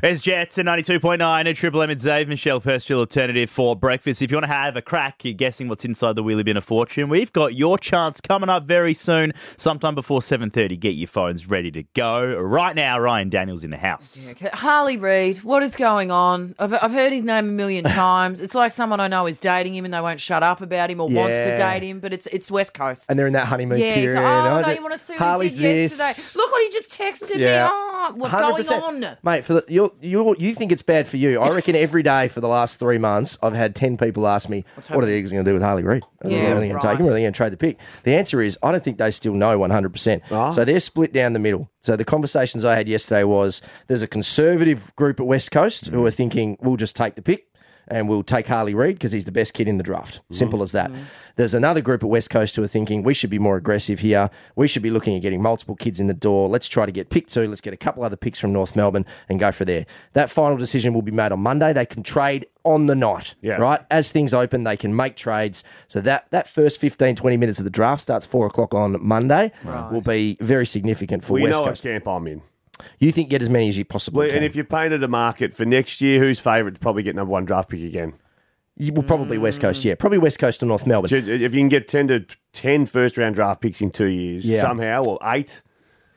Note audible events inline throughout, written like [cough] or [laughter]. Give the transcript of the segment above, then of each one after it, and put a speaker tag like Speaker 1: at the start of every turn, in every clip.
Speaker 1: It's Jets at 92.9 at Triple M. It's Dave Michelle Percival Alternative for breakfast. If you want to have a crack at guessing what's inside the wheelie bin of fortune, we've got your chance coming up very soon, sometime before 7.30. Get your phones ready to go. Right now, Ryan Daniels in the house.
Speaker 2: Okay, Harley Reid, what is going on? I've, I've heard his name a
Speaker 3: [laughs]
Speaker 2: million times. It's like someone I know is dating him and they won't shut up about him or wants to
Speaker 3: Yeah.
Speaker 2: date him, but it's it's West Coast.
Speaker 3: and they're in that honeymoon
Speaker 2: yeah,
Speaker 3: period.
Speaker 2: it's, oh, I
Speaker 3: that-
Speaker 2: don't want to see what
Speaker 3: Harley's
Speaker 2: he did
Speaker 3: this.
Speaker 2: yesterday. Look what he just texted me.
Speaker 3: Yeah.
Speaker 2: Oh, what's
Speaker 3: 100%.
Speaker 2: going on?
Speaker 3: mate? For the, you, you, you think it's bad for you? I reckon every day for the last three months, I've had ten people ask me, "What are the Eagles going to do with Harley Reid? Are
Speaker 2: Yeah,
Speaker 3: they really going to
Speaker 2: right.
Speaker 3: take him? Are they going to trade the pick?" The answer is, I don't think they still know one hundred percent. So they're split down the middle. So the conversations I had yesterday was there's a conservative group at West Coast who are thinking we'll just take the pick. And we'll take Harley Reid because he's the best kid in the draft. Simple as that. There's another group at West Coast who are thinking we should be more aggressive here. We should be looking at getting multiple kids in the door. Let's try to get pick two. Let's get a couple other picks from North Melbourne and go for there. That final decision will be made on Monday. They can trade on the night,
Speaker 4: Yeah.
Speaker 3: right? Uh, As things open, they can make trades. So that, that first 15, 20 minutes of the draft starts four o'clock on Monday will be very significant for
Speaker 4: Well, you
Speaker 3: West
Speaker 4: know what
Speaker 3: Coast.
Speaker 4: camp I'm in.
Speaker 3: You think get as many as you possibly
Speaker 4: Well,
Speaker 3: can.
Speaker 4: and if you painted a market for next year, who's favourite to probably get number one draft pick again?
Speaker 3: You- well, probably
Speaker 4: Mm.
Speaker 3: West Coast, yeah. Probably West Coast or North Melbourne.
Speaker 4: If you can get 10 to 10 first round draft picks in two years
Speaker 3: Yeah.
Speaker 4: somehow, or eight,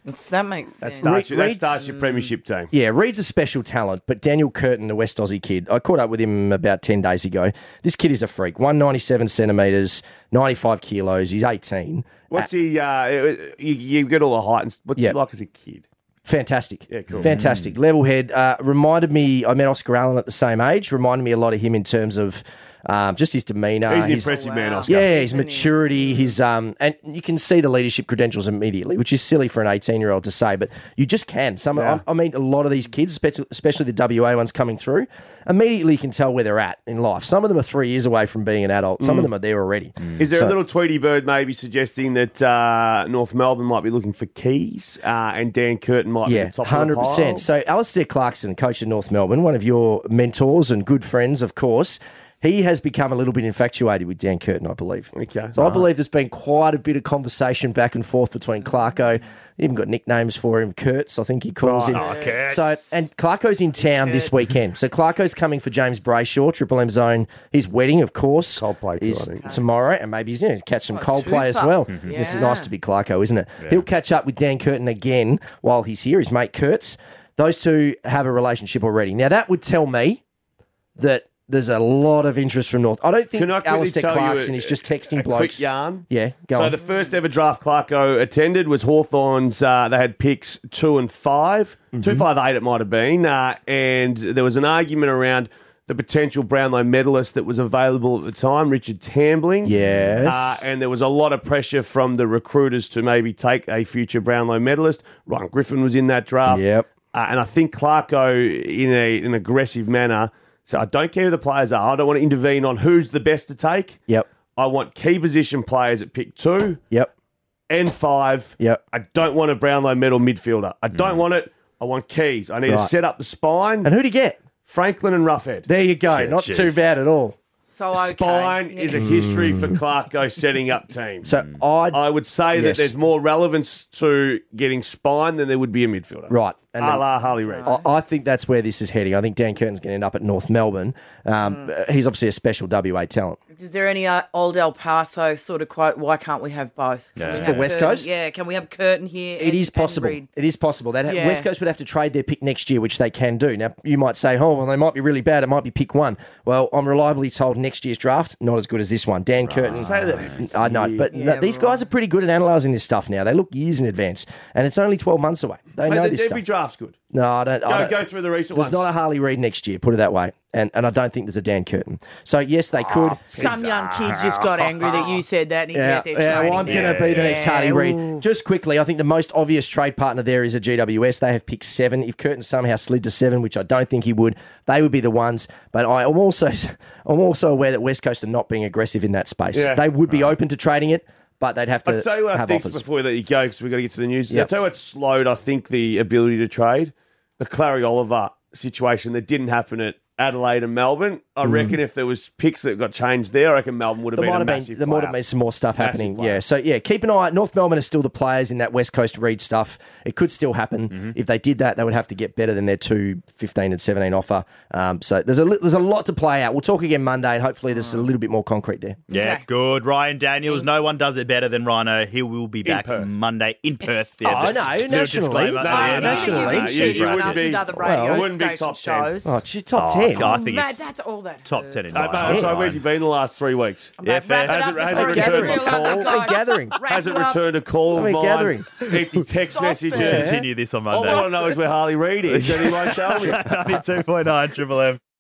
Speaker 2: It's, that makes
Speaker 4: that
Speaker 2: sense.
Speaker 4: starts,
Speaker 3: Re-
Speaker 4: your, that
Speaker 3: Reed's-
Speaker 4: starts your premiership team.
Speaker 3: Yeah, Reed's a special talent, but Daniel Curtin, the West Aussie kid, I caught up with him about 10 days ago. This kid is a freak 197 centimetres, 95 kilos, he's 18.
Speaker 4: What's he, uh, you, you get all the height and s- what's
Speaker 3: Yeah.
Speaker 4: he like as a kid?
Speaker 3: Fantastic.
Speaker 4: Yeah, cool.
Speaker 3: Fantastic. Level head. Uh, reminded me, I met Oscar Allen at the same age, reminded me a lot of him in terms of um, just his demeanour.
Speaker 4: He's an
Speaker 3: his-
Speaker 4: impressive man,
Speaker 2: wow.
Speaker 4: Oscar.
Speaker 3: Yeah, his
Speaker 2: isn't he?
Speaker 3: maturity, his um, and you can see the leadership credentials immediately, which is silly for an eighteen-year-old to say, but you just can. Some, I, I mean, a lot of these kids, spec- especially the WA ones coming through, immediately you can tell where they're at in life. Some of them are three years away from being an adult.
Speaker 4: Mm.
Speaker 3: Some of them are there already.
Speaker 4: Is there
Speaker 3: So-
Speaker 4: a little Tweety Bird maybe suggesting that uh, North Melbourne might be looking for keys uh, and Dan Curtin might be
Speaker 3: Yeah,
Speaker 4: the top
Speaker 3: hundred
Speaker 4: of the pile?
Speaker 3: percent. So Alistair Clarkson, coach of North Melbourne, one of your mentors and good friends, of course. He has become a little bit infatuated with Dan Curtin, I believe.
Speaker 4: Okay.
Speaker 3: So I believe there's been quite a bit of conversation back and forth between Clarko. He even got nicknames for him, Kurtz, I think he calls him.
Speaker 4: Oh,
Speaker 3: So and Clarko's in town this weekend. So Clarko's coming for James Brayshaw, Triple M's own. His wedding, of course,
Speaker 4: Coldplay too, I
Speaker 3: is
Speaker 4: think.
Speaker 3: tomorrow, and maybe he's going to catch some
Speaker 2: Got a
Speaker 3: Coldplay as
Speaker 2: twofer.
Speaker 3: well.
Speaker 2: Mhm.
Speaker 3: It's
Speaker 2: Yeah.
Speaker 3: nice to be Clarko, isn't it? He'll catch up with Dan Curtin again while he's here, his mate Kurtz. Those two have a relationship already. Now, that would tell me that there's a lot of interest from North. I don't think
Speaker 4: Can I quickly
Speaker 3: Alistair
Speaker 4: tell you
Speaker 3: Clarkson
Speaker 4: a-
Speaker 3: is just texting
Speaker 4: a quick
Speaker 3: blokes.
Speaker 4: yarn?
Speaker 3: Yeah, go
Speaker 4: so
Speaker 3: on.
Speaker 4: the first ever draft Clarko attended was Hawthorn's. Uh, they had picks two and 5
Speaker 3: Mm-hmm.
Speaker 4: two five eight it might have been, uh, and there was an argument around the potential Brownlow medalist that was available at the time, Richard Tambling.
Speaker 3: Yes.
Speaker 4: uh, and there was a lot of pressure from the recruiters to maybe take a future Brownlow medalist. Ryan Griffin was in that draft.
Speaker 3: Yep.
Speaker 4: Uh, and I think Clarko, in a, an aggressive manner, so I don't care who the players are. I don't want to intervene on who's the best to take.
Speaker 3: Yep.
Speaker 4: I want key position players at pick two
Speaker 3: Yep.
Speaker 4: and five.
Speaker 3: Yep. Mm.
Speaker 4: I don't want a Brownlow medal midfielder. I don't want it. I want keys. I need to
Speaker 3: Right.
Speaker 4: set up the spine.
Speaker 3: And who'd he get?
Speaker 4: Franklin and Roughhead.
Speaker 3: There you go.
Speaker 1: Shit,
Speaker 3: Not
Speaker 1: jeez.
Speaker 3: too bad at all.
Speaker 2: So okay.
Speaker 4: Spine
Speaker 2: Yeah.
Speaker 4: is a history for Clarko setting up
Speaker 3: Mm.
Speaker 4: teams.
Speaker 3: So I'd.
Speaker 4: Hmm. I would say
Speaker 3: Yes.
Speaker 4: that there's more relevance to getting spine than there would be a midfielder.
Speaker 3: Right.
Speaker 4: A
Speaker 3: And then-
Speaker 4: la Harley Reid.
Speaker 3: I, I think that's where this is heading. I think Dan Curtin's going to end up at North Melbourne. Um, He's obviously a special WA talent.
Speaker 2: Is there any uh, old El Paso sort of quote? Why can't we have both? Can we
Speaker 1: Yeah.
Speaker 2: have
Speaker 3: For West
Speaker 2: Curtin-
Speaker 3: Coast?
Speaker 2: Yeah. Can we have Curtin here?
Speaker 3: It is possible. It is possible. That
Speaker 2: Yeah.
Speaker 3: West Coast would have to trade their pick next year, which they can do. Now you might say, "Oh, well, they might be really bad. It might be pick one." Well, I'm reliably told next year's draft not as good as this one. Dan Curtin.
Speaker 4: Say that every
Speaker 3: I know, but no,
Speaker 2: Yeah,
Speaker 3: these
Speaker 2: right.
Speaker 3: guys are pretty good at analysing this stuff now. They look years in advance, and it's only 12 months away. They
Speaker 4: Mate,
Speaker 3: know
Speaker 4: th-
Speaker 3: this
Speaker 4: every
Speaker 3: stuff.
Speaker 4: draft's good.
Speaker 3: No, I don't. I
Speaker 4: Go,
Speaker 3: don't-
Speaker 4: go through the recent
Speaker 3: There's
Speaker 4: ones.
Speaker 3: not a Harley Reid next year, put it that way. And and I don't think there's a Dan Curtin. So yes, they could.
Speaker 4: Ah.
Speaker 2: Some young kids just got angry that
Speaker 3: [laughs]
Speaker 2: you said that, and he's
Speaker 3: Yeah,
Speaker 2: out there
Speaker 3: yeah
Speaker 2: training.
Speaker 3: well, I'm going to be the next
Speaker 2: Yeah,
Speaker 3: Hardy
Speaker 2: ooh.
Speaker 3: Reid. Just quickly, I think the most obvious trade partner there is a GWS. They have picked seven. If Curtin somehow slid to seven, which I don't think he would, they would be the ones. But I am also [laughs] I'm also aware that West Coast are not being aggressive in that space.
Speaker 4: Yeah.
Speaker 3: They would be open to trading it, but they'd have to
Speaker 4: I'll tell you what I
Speaker 3: have
Speaker 4: think
Speaker 3: offers.
Speaker 4: before that you go because we've got to get to the news.
Speaker 3: Yep.
Speaker 4: I'll tell you what slowed, I think, the ability to trade. The Clary Oliver situation that didn't happen at Adelaide and Melbourne. I
Speaker 3: Mm.
Speaker 4: reckon if there was picks that got changed there, I reckon Melbourne would have
Speaker 3: There
Speaker 4: been
Speaker 3: might
Speaker 4: a
Speaker 3: have
Speaker 4: massive.
Speaker 3: been there might
Speaker 4: player.
Speaker 3: have been some more stuff
Speaker 4: Massive
Speaker 3: happening.
Speaker 4: player.
Speaker 3: Yeah. So yeah, keep an eye. North Melbourne are still the players in that West Coast read stuff. It could still happen.
Speaker 4: Mm-hmm.
Speaker 3: If they did that, they would have to get better than their two 15 and 17 offer. Um, so there's a li- there's a lot to play out. We'll talk again Monday, and hopefully there's a
Speaker 4: Mm.
Speaker 3: little bit more concrete there.
Speaker 1: Yeah, good. Ryan Daniels. No one does it better than Rhino. He will be back
Speaker 4: Perth.
Speaker 1: Monday in Perth.
Speaker 3: Oh,
Speaker 1: the-
Speaker 3: no,
Speaker 1: little
Speaker 3: nationally.
Speaker 1: disclaimer.
Speaker 4: No,
Speaker 2: Uh, Oh,
Speaker 1: Yeah,
Speaker 4: no,
Speaker 2: You've
Speaker 4: nationally.
Speaker 2: been
Speaker 4: No,
Speaker 2: cheating
Speaker 4: you
Speaker 2: on
Speaker 4: wouldn't
Speaker 2: us
Speaker 4: be-
Speaker 2: with other
Speaker 4: Well,
Speaker 2: radio
Speaker 4: it wouldn't be
Speaker 2: station
Speaker 4: top 10.
Speaker 2: shows.
Speaker 3: Oh, gee, top
Speaker 1: Oh,
Speaker 3: 10.
Speaker 1: God, I think
Speaker 2: Matt,
Speaker 1: it's
Speaker 2: that's all that.
Speaker 1: top
Speaker 2: hurts.
Speaker 1: ten in
Speaker 4: No,
Speaker 1: my
Speaker 4: but-
Speaker 1: mind.
Speaker 4: so where's he been the last three weeks?
Speaker 1: Yeah,
Speaker 2: Mate, wrap
Speaker 1: fair.
Speaker 2: it
Speaker 4: Has
Speaker 2: up
Speaker 4: it- has
Speaker 2: before
Speaker 4: it
Speaker 2: I get
Speaker 4: returned
Speaker 2: real
Speaker 4: my call?
Speaker 2: other guys.
Speaker 3: A gathering.
Speaker 2: Wrap
Speaker 4: Hasn't
Speaker 2: it up.
Speaker 4: returned a call of
Speaker 3: mean,
Speaker 4: mine.
Speaker 3: gathering.
Speaker 4: Empty text
Speaker 2: Stop
Speaker 4: messages.
Speaker 2: it.
Speaker 1: Continue this on
Speaker 4: All I
Speaker 1: Monday. [laughs]
Speaker 3: [laughs]
Speaker 4: want to know is where Harley Reid is, and he won't tell me.
Speaker 1: 92.9 Triple M.